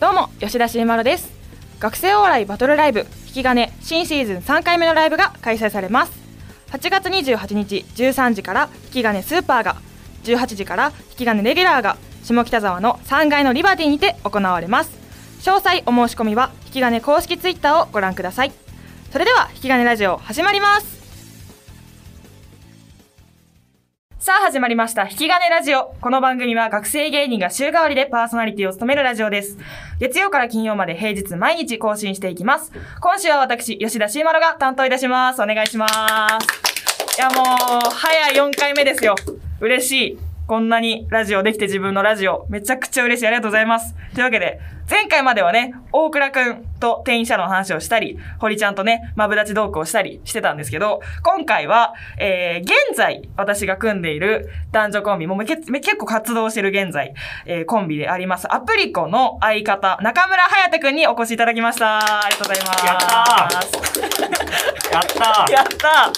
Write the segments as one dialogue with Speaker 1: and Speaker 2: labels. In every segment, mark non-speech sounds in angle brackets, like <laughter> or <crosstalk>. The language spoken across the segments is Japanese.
Speaker 1: どうも吉田慎丸です学生お笑いバトルライブ引き金新シーズン3回目のライブが開催されます8月28日13時から引き金スーパーが18時から引き金レギュラーが下北沢の3階のリバティにて行われます詳細お申し込みは引き金公式ツイッターをご覧くださいそれでは引き金ラジオ始まりますさあ始まりました。引き金ラジオ。この番組は学生芸人が週替わりでパーソナリティを務めるラジオです。月曜から金曜まで平日毎日更新していきます。今週は私、吉田慎丸が担当いたします。お願いします。いやもう、早い4回目ですよ。嬉しい。こんなにラジオできて自分のラジオ。めちゃくちゃ嬉しい。ありがとうございます。というわけで、前回まではね、大倉くんと店員者の話をしたり、堀ちゃんとね、マブダチトークをしたりしてたんですけど、今回は、えー、現在、私が組んでいる男女コンビ、もうめけめ結構活動してる現在、えー、コンビであります、アプリコの相方、中村隼人くんにお越しいただきました。ありがとうございます。
Speaker 2: ややった
Speaker 1: <laughs> やった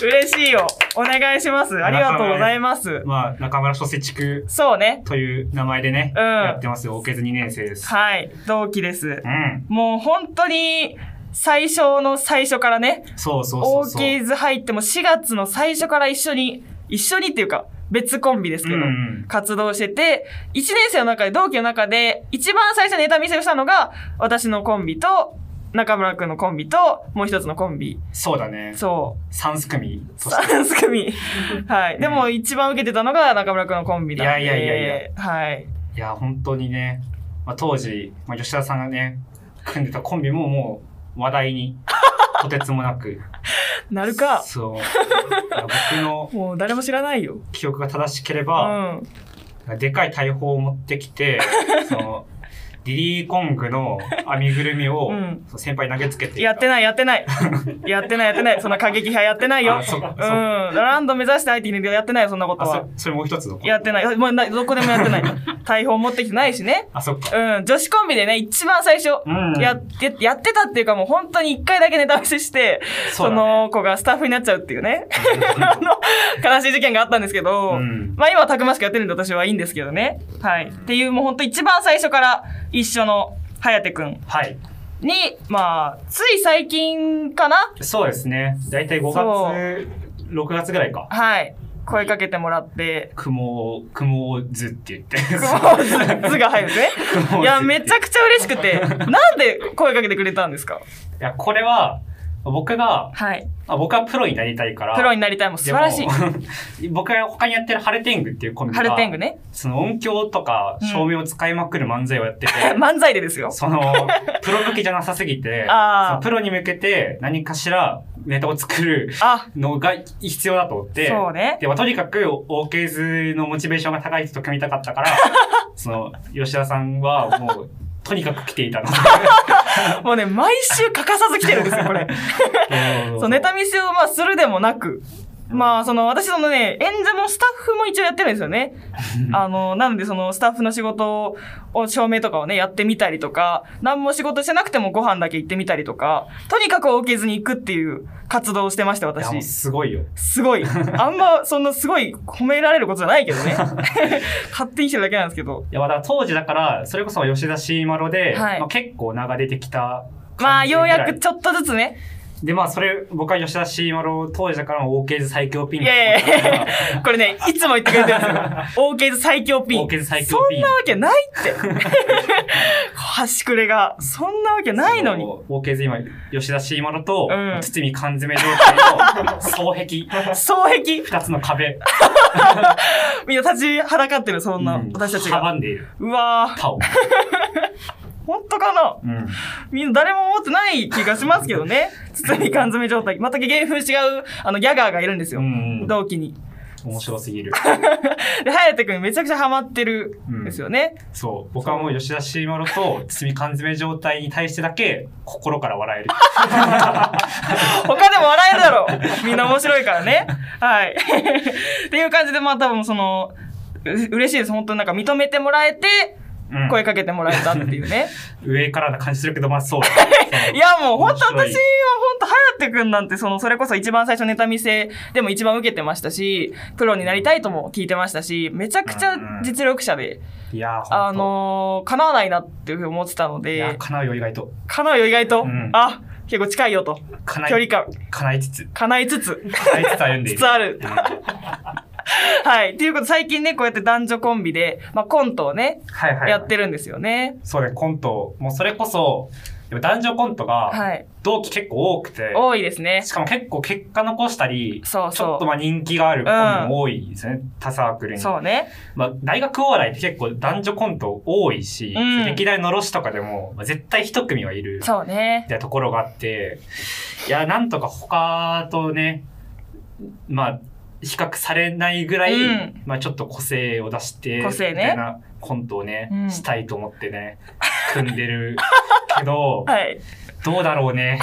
Speaker 1: ー嬉しいよお願いしますありがとうございます
Speaker 2: ー。まあ、中村書籍区
Speaker 1: そうね。
Speaker 2: という名前でね、
Speaker 1: うん
Speaker 2: やってますよ。オケズ2年生です。
Speaker 1: はい。同期です
Speaker 2: う。ん。
Speaker 1: もう本当に、最初の最初からね、
Speaker 2: そうそうそ
Speaker 1: オ
Speaker 2: う
Speaker 1: ー
Speaker 2: そう。
Speaker 1: ケーズ入っても4月の最初から一緒に、一緒にっていうか、別コンビですけど、
Speaker 2: うん
Speaker 1: 活動してて、1年生の中で、同期の中で、一番最初にネタ見せをしたのが、私のコンビと、中村くんのコンビと、もう一つのコンビ。
Speaker 2: そうだね。
Speaker 1: そう。
Speaker 2: 三す組として。
Speaker 1: 三
Speaker 2: <laughs>
Speaker 1: 組。はい。でも一番受けてたのが中村くんのコンビなんで。
Speaker 2: いやいやいやい
Speaker 1: や。はい。
Speaker 2: いや、本当にね、まあ、当時、まあ、吉田さんがね、組んでたコンビももう話題に、とてつも
Speaker 1: <laughs>
Speaker 2: なく。
Speaker 1: なるか。
Speaker 2: そう。だから僕の
Speaker 1: もう誰も知らないよ。
Speaker 2: 記憶が正しけれ
Speaker 1: う
Speaker 2: ば、
Speaker 1: ん。
Speaker 2: でかい大砲を持ってき
Speaker 1: <laughs>
Speaker 2: て、その、リリーコングの編みぐるみを
Speaker 1: うん、
Speaker 2: そう先輩に投げつけて。
Speaker 1: やってないやって
Speaker 2: <laughs>
Speaker 1: ない。やってないやってない。そんな過激派やってないよ。
Speaker 2: あそっか
Speaker 1: うん。
Speaker 2: そっか
Speaker 1: ランド目指して IT にやってないよ、そんなこと
Speaker 2: あ、
Speaker 1: は
Speaker 2: そ。それもう一つの
Speaker 1: やってない。もうなどこでもや
Speaker 2: <laughs>
Speaker 1: ってない。大砲持ってきてないしね。
Speaker 2: あ、そっか。
Speaker 1: うん。女子コンビでね、一番最初、
Speaker 2: うん
Speaker 1: やって、やってたっていうかもう本当に一回だけネタ見せして、
Speaker 2: そう
Speaker 1: そ
Speaker 2: だね
Speaker 1: の子がスタッフになっちゃうっていうね。 <laughs> あの、悲しい事件があったんですけど、
Speaker 2: うん
Speaker 1: まあ今はたくましくやってるんで私はいいんですけどね。はい。っていうもうほんと一番最初から一緒の颯くん
Speaker 2: はい。
Speaker 1: に、まあ、つい最近かな
Speaker 2: そうですね。だいたい5
Speaker 1: そう
Speaker 2: 月、6月ぐらいか。
Speaker 1: はい。声かけてもらって、
Speaker 2: 雲を、雲をずって言って。 <laughs>
Speaker 1: もうずずが入るね
Speaker 2: もうず。
Speaker 1: いや、めちゃくちゃ嬉しくて、なんで声かけてくれたんですか
Speaker 2: いや、これは、僕が、
Speaker 1: はい。
Speaker 2: あ僕はプロになりたいから。
Speaker 1: プロになりたいもう素晴らしい。
Speaker 2: い。 <laughs> 僕が他にやってるハルテングっていうコンビ
Speaker 1: ハ
Speaker 2: が、
Speaker 1: ルテングね。
Speaker 2: その音響とか照明を使いまくる漫才を
Speaker 1: <laughs>
Speaker 2: やってて、
Speaker 1: 漫才でですよ。 <laughs>
Speaker 2: その、プロ向きじゃなさすぎて、
Speaker 1: あー
Speaker 2: そのプロに向けて何かしらネタを作る
Speaker 1: あ、
Speaker 2: のが必要だと思って、
Speaker 1: そうね。
Speaker 2: で、まあ、とにかく、オーケーズのモチベーションが高い人と組みたかっ
Speaker 1: <laughs>
Speaker 2: たから、その、吉田さんはもう、とにかく来ていたので。
Speaker 1: もうね、毎週欠かさず来てるんですよ、これ。 <laughs> そう、ネタ見せをまあするでもなく、まあその私そのね、演者もスタッフも一応やってるんですよね。あの、なのでそのスタッフの仕事を、照明とかをね、やってみたりとか、何も仕事してなくてもご飯だけ行ってみたりとか、とにかく起きずに行くっていう活動をしてました、
Speaker 2: いやもう
Speaker 1: 私。
Speaker 2: すごいよ。
Speaker 1: すごい。あんま、そんなすごい褒められることじゃないけどね。勝手にしてるだけなんですけど。
Speaker 2: いや、まあだから当時だから、それこそ吉田シーマロで、
Speaker 1: はい
Speaker 2: まあ、結構名が出てきた。
Speaker 1: まあ、ようやく。ちょっとずつね。
Speaker 2: で、まあ、それ、僕は吉田シーマロ当時だから、オーケーズ最強ピン
Speaker 1: い
Speaker 2: ク
Speaker 1: やいやいや <laughs> これね、いつも言ってくれてるんですよ。
Speaker 2: <laughs>
Speaker 1: オーケーズ最強ピン。
Speaker 2: オーケーズ最強ピン
Speaker 1: そんなわけないって。 <laughs> 端くれが。そんなわけないのに。
Speaker 2: オーケーズ今、吉田シーマロと、
Speaker 1: うん
Speaker 2: 堤缶詰状態の双璧。
Speaker 1: 双璧。
Speaker 2: 二つの壁。
Speaker 1: みんな立ちはだかってる、そんな、
Speaker 2: うん
Speaker 1: 私たち
Speaker 2: 阻
Speaker 1: が。
Speaker 2: んでいる。
Speaker 1: うわ
Speaker 2: 他を。
Speaker 1: ぁ、ほんとかな
Speaker 2: うん
Speaker 1: みんな誰も思ってない気がしますけどね。包み缶詰状態。また芸風違う、あの、ギャガーがいるんですよ。
Speaker 2: うんうん
Speaker 1: 同期に。
Speaker 2: 面白すぎる。
Speaker 1: で、隼人くんめちゃくちゃハマってるんですよね。
Speaker 2: そう。僕はもう吉田シーマロと包み缶詰状態に対してだけ心から笑える。
Speaker 1: <laughs> 他でも笑えるだろう。みんな面白いからね。はい。 <laughs> っていう感じで、まあ多分その、う嬉しいです。本当になんか認めてもらえて、
Speaker 2: うん
Speaker 1: 声かけてもらえたっていうね。
Speaker 2: 上からな感じするけど、まあそうだ。
Speaker 1: <laughs> いやもう本当私は
Speaker 2: 面白
Speaker 1: 本
Speaker 2: い
Speaker 1: 当颯くんなんてそのそれこそ一番最初ネタ見せでも一番受けてましたしプロになりたいとも聞いてましたしめちゃくちゃ実力者で、
Speaker 2: いやー、ほんと
Speaker 1: あのー叶わないなっていうふうに思ってたの
Speaker 2: いやー、
Speaker 1: で
Speaker 2: 叶うよ、意外と。
Speaker 1: 叶うよ意外と、
Speaker 2: うん
Speaker 1: あ結構近いよと
Speaker 2: 叶い、
Speaker 1: 距離感
Speaker 2: 叶いつつ、
Speaker 1: 叶いつつ <laughs>
Speaker 2: 叶いつつ歩んで
Speaker 1: つ
Speaker 2: いる。
Speaker 1: つある。 <laughs> はい。っていうこと、最近ね、こうやって男女コンビで、まあ、コントをね、
Speaker 2: はいはい。
Speaker 1: やってるんですよね。
Speaker 2: そうね、コント、もうそれこそ、でも男女コントが、
Speaker 1: はい。
Speaker 2: 同期結構多くて、
Speaker 1: 多いですね
Speaker 2: し。かも結構結果残したり、
Speaker 1: そう
Speaker 2: ちょ
Speaker 1: そ
Speaker 2: っとまあ人気があるコンビも多いですね、他サークル
Speaker 1: う。
Speaker 2: に。
Speaker 1: そうね。
Speaker 2: まあ、大学お笑いって結構男女コント多いし、
Speaker 1: うん
Speaker 2: 歴代のろしとかでも、まあ絶対一組はいる。
Speaker 1: そうね
Speaker 2: み。たいなところがあって、いや、なんとか他とね、まあ、比較されないぐらい、
Speaker 1: うん
Speaker 2: まあちょっと個性を出して、
Speaker 1: 個性ね
Speaker 2: みたいなコントをね、
Speaker 1: うん
Speaker 2: したいと思ってね、組んでるけ
Speaker 1: <laughs>
Speaker 2: ど、
Speaker 1: はい。
Speaker 2: どうだろうね。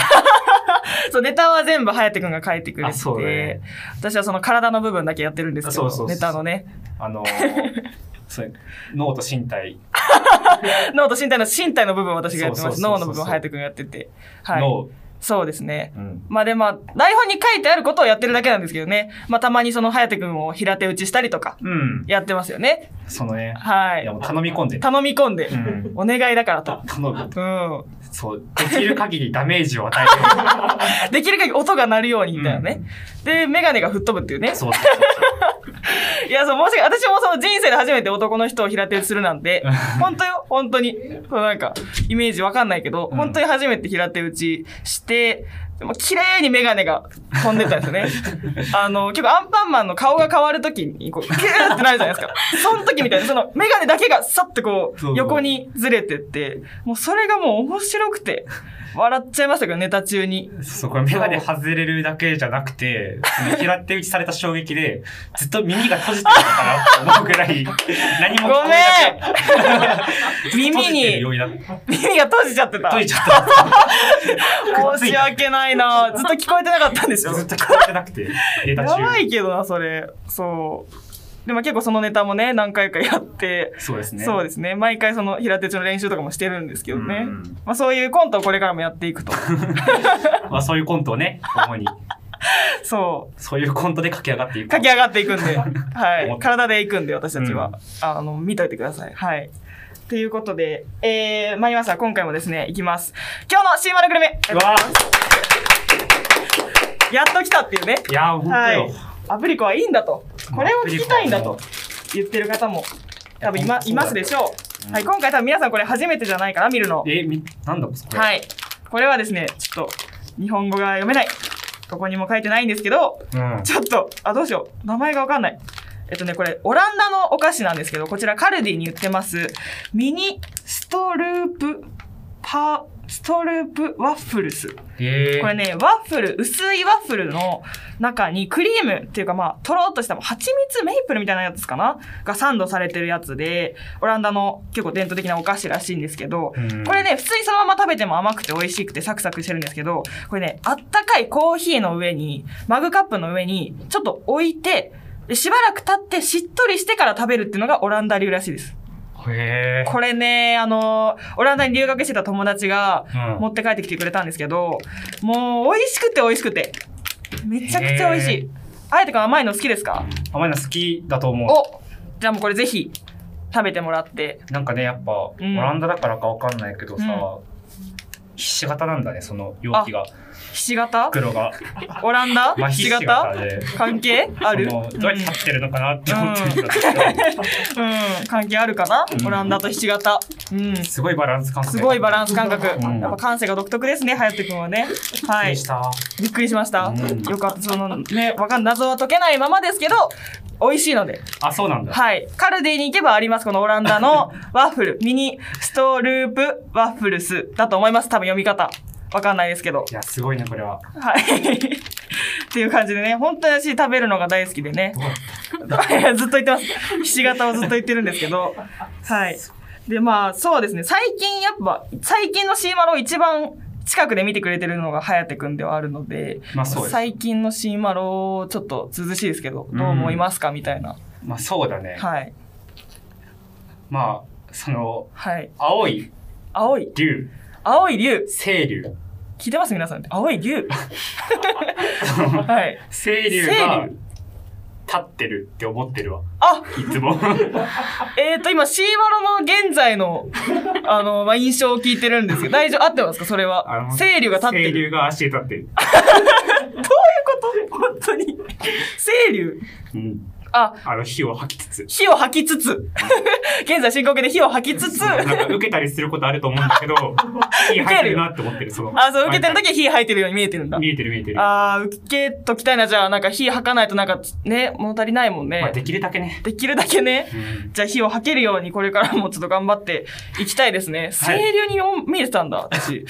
Speaker 1: そう、ネタは全部、颯くんが書いてくれ
Speaker 2: あ
Speaker 1: て
Speaker 2: そう
Speaker 1: て
Speaker 2: ね、
Speaker 1: 私はその体の部分だけやってるんですけ
Speaker 2: そ
Speaker 1: ど
Speaker 2: うそう、そう
Speaker 1: ネタのね。<laughs>
Speaker 2: あのー、そう脳と身体、
Speaker 1: 脳と身体の、身体の部分を私がやってま
Speaker 2: そう
Speaker 1: す。
Speaker 2: そうそうそ
Speaker 1: 脳
Speaker 2: う
Speaker 1: の部分を颯くんがやってて。はい。
Speaker 2: 脳、
Speaker 1: そうですね。
Speaker 2: うん
Speaker 1: まあでまあ、台本に書いてあることをやってるだけなんですけどね。まあたまにその颯くんを平手打ちしたりとか、
Speaker 2: うん。
Speaker 1: やってますよね。
Speaker 2: そのね、
Speaker 1: はい
Speaker 2: や
Speaker 1: い。
Speaker 2: もう頼み込んで、
Speaker 1: 頼み込んで、
Speaker 2: うん
Speaker 1: お願いだからと
Speaker 2: た。頼む。
Speaker 1: うん。 <laughs>
Speaker 2: そう、できる限りダメージを与え
Speaker 1: できる限り音が鳴るようにみたいなね。で、メガネが吹っ飛ぶっていうね
Speaker 2: て、。そうそうそう
Speaker 1: いや、そう、もしか私もその人生で初めて男の人を平手打ちするなんて、本当よ、本当に。そうなんか、イメージわかんないけど、
Speaker 2: うん
Speaker 1: 本当に初めて平手打ちして、でも綺麗にメガネが飛んでたん
Speaker 2: <laughs>
Speaker 1: ですよね。あの、結構アンパンマンの顔が変わるときに、こう、キューってなるじゃないですか。その時みたいな、そのメガネだけがさっとこ
Speaker 2: そうそう
Speaker 1: う、横にずれてって、もうそれがもう面白くて、笑っちゃいましたけど、ネタ中に。
Speaker 2: そう、これメガネ外れるだけじゃなくて、その平手打ちされた衝撃で、ずっと耳が閉じてるのかなって思うぐら
Speaker 1: <laughs>
Speaker 2: い、何も聞こえなか
Speaker 1: ん
Speaker 2: <laughs> った。閉じてるようになっ
Speaker 1: 耳が閉じちゃって
Speaker 2: <laughs>
Speaker 1: た。
Speaker 2: 閉じちゃっ
Speaker 1: 申し訳ないなずっと聞こえてなかったんでしょ
Speaker 2: <laughs> た。ずっと聞こえてなくて、デ
Speaker 1: や
Speaker 2: ータ中。
Speaker 1: ばいけどなそれそうでも結構そのネタもね何回かやって、
Speaker 2: そうですね。
Speaker 1: そう
Speaker 2: で
Speaker 1: ですね毎回その平手打ちの練習とかもしてるんですけどね、
Speaker 2: うん
Speaker 1: まあ、そういうコントをこれからもやってい
Speaker 2: <laughs>
Speaker 1: くと
Speaker 2: す。まあそういうコントをね、主に、
Speaker 1: そ
Speaker 2: そういうコントで駆け上がっていうく。
Speaker 1: 駆け上がっていくん
Speaker 2: <laughs>
Speaker 1: で、はい、体でいくんで私たちは、
Speaker 2: うん
Speaker 1: あの見といてくださいはいということで、えー、参りました今回もですねいきます今日の「シーマルグルメ
Speaker 2: うわ」
Speaker 1: やっと来たっていうね
Speaker 2: いやー、ほんとよ。
Speaker 1: はい、アプリコはいいんだとこれを聞きたいんだ
Speaker 2: ア
Speaker 1: と
Speaker 2: プ
Speaker 1: 言ってる方も多分い,、ま、
Speaker 2: い
Speaker 1: い
Speaker 2: や
Speaker 1: ますでしょう、
Speaker 2: うん
Speaker 1: はい、今回多分皆さんこれ初めてじゃないかな見るの
Speaker 2: え、み、なんだこれ。。
Speaker 1: はいいこれはですねちょっと日本語が読めないどこにも書いてないんですけど
Speaker 2: うん。
Speaker 1: ちょっとあどうしよう名前がわかんないえっとねこれオランダのお菓子なんですけどこちらカルディに売ってますミニストループパストループワッフルス
Speaker 2: えー、
Speaker 1: これね、ワッフル、薄いワッフルの中にクリームっていうかまあ、とろっとした蜂蜜メイプルみたいなやつかながサンドされてるやつで、オランダの結構伝統的なお菓子らしいんですけど、
Speaker 2: うん
Speaker 1: これね、普通にそのまま食べても甘くて美味しくてサクサクしてるんですけど、これね、あったかいコーヒーの上に、マグカップの上にちょっと置いて、でしばらく経ってしっとりしてから食べるっていうのがオランダ流らしいです。
Speaker 2: へー
Speaker 1: これね、あの、オランダに留学してた友達が、
Speaker 2: うん
Speaker 1: 持って帰ってきてくれたんですけど、もう美味しくて美味しくて。めちゃくちゃ美味し
Speaker 2: へ
Speaker 1: い。あえてか甘いの好きですか
Speaker 2: 甘いの好きだと思う。
Speaker 1: おじゃあもうこれぜひ食べてもらって。
Speaker 2: なんかねやっぱ、
Speaker 1: うん
Speaker 2: オランダだからかわかんないけどさ、ひし形なんだねその容器が
Speaker 1: <laughs> ひし形
Speaker 2: 袋が
Speaker 1: オランダ
Speaker 2: まあ
Speaker 1: ひし
Speaker 2: ひし
Speaker 1: 形
Speaker 2: 形で
Speaker 1: 関係あるう
Speaker 2: その
Speaker 1: ん、
Speaker 2: どうやって立ってるのかなって思ってるんだけど、
Speaker 1: うん関係あるかな、
Speaker 2: うん
Speaker 1: オランダとひし形。うん。
Speaker 2: すごいバランス感覚
Speaker 1: すごいバ
Speaker 2: ン
Speaker 1: ランス感覚。
Speaker 2: うん
Speaker 1: やっぱ感性が独特ですね、はやてくんはね。は
Speaker 2: で
Speaker 1: い
Speaker 2: し。た、
Speaker 1: びっくりしました。
Speaker 2: うん
Speaker 1: よかった。そのね、わかん、謎は解けないままですけど、美味しいので、
Speaker 2: あそうなんだ、
Speaker 1: はい。カルディに行けばあります。このオランダ
Speaker 2: <laughs>
Speaker 1: のワッフル。ミニストループワッフルスだと思います。多分読み方。わかんないですけど
Speaker 2: い、。やすごいねこれは
Speaker 1: はい。 <laughs> っていう感じでね、本当に私食べるのが大好きで
Speaker 2: <laughs>
Speaker 1: ね。ずっと言ってます。ひし形をずっと言ってるんですけど。はい。で、まあ、そうですね。最近やっぱ、最近のシーマロを一番近くで見てくれてるのが颯くんではあるので、
Speaker 2: まあそうです
Speaker 1: 最近のシーマロをちょっと涼しいですけど、どう思いますかみたいな。
Speaker 2: まあそうだね、
Speaker 1: はい。
Speaker 2: まあその、
Speaker 1: はい。
Speaker 2: 青い
Speaker 1: 青い、
Speaker 2: 竜、
Speaker 1: 青い竜。
Speaker 2: 青竜。
Speaker 1: 聞いてます皆さん。青い竜。
Speaker 2: <laughs>
Speaker 1: はい。
Speaker 2: 青竜が
Speaker 1: 青
Speaker 2: 立ってるって思ってるわ。
Speaker 1: あ、
Speaker 2: いつも。
Speaker 1: えっ、ー、と、今、シーバロの現在の、あの、まあ、印象を聞いてるんですけど、大丈夫合ってますかそれ
Speaker 3: <laughs>
Speaker 1: は
Speaker 3: あの。
Speaker 1: 清流が立って
Speaker 3: 清
Speaker 1: る。
Speaker 3: 流が足で立ってる。
Speaker 1: どういうこと本当に。清流。
Speaker 3: うん
Speaker 1: あ、
Speaker 3: あの、火を吐きつつ。
Speaker 1: 火を吐きつ <laughs> つ、現在進行形で火を吐きつつ、
Speaker 3: なんか受けたりすることあると思うんだ
Speaker 1: <laughs>
Speaker 3: けど、火入ってるなって思ってる、その。
Speaker 1: あ、そう、受けてる時は火吐いてるように見えてるんだ。
Speaker 3: 見えてる見えてる。
Speaker 1: あー、受けときたいな。じゃあ、なんか火吐かないとなんか、ね、物足りないもんね。
Speaker 3: まあ、できるだけね。
Speaker 1: できるだけね。
Speaker 3: うん
Speaker 1: じゃあ火を吐けるようにこれからもちょっと頑張っていきたいですね。
Speaker 2: は
Speaker 1: 清
Speaker 2: い
Speaker 1: 流に見えてたんだ、私。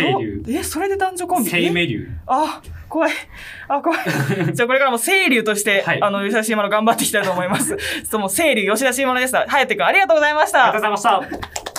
Speaker 2: 青龍
Speaker 1: どうえ、それで男女コンビ
Speaker 2: 生
Speaker 1: え
Speaker 2: 命竜。
Speaker 1: あ、怖い。あ、
Speaker 2: <laughs>
Speaker 1: 怖い。じゃあこれからも清流として、
Speaker 2: はい
Speaker 1: あの、吉田慎丸頑張っていきたいと思います。そう、もう清流、吉田慎丸でした。はやてくん、ありがとうございまし
Speaker 3: あ
Speaker 1: た
Speaker 3: りがとうございました。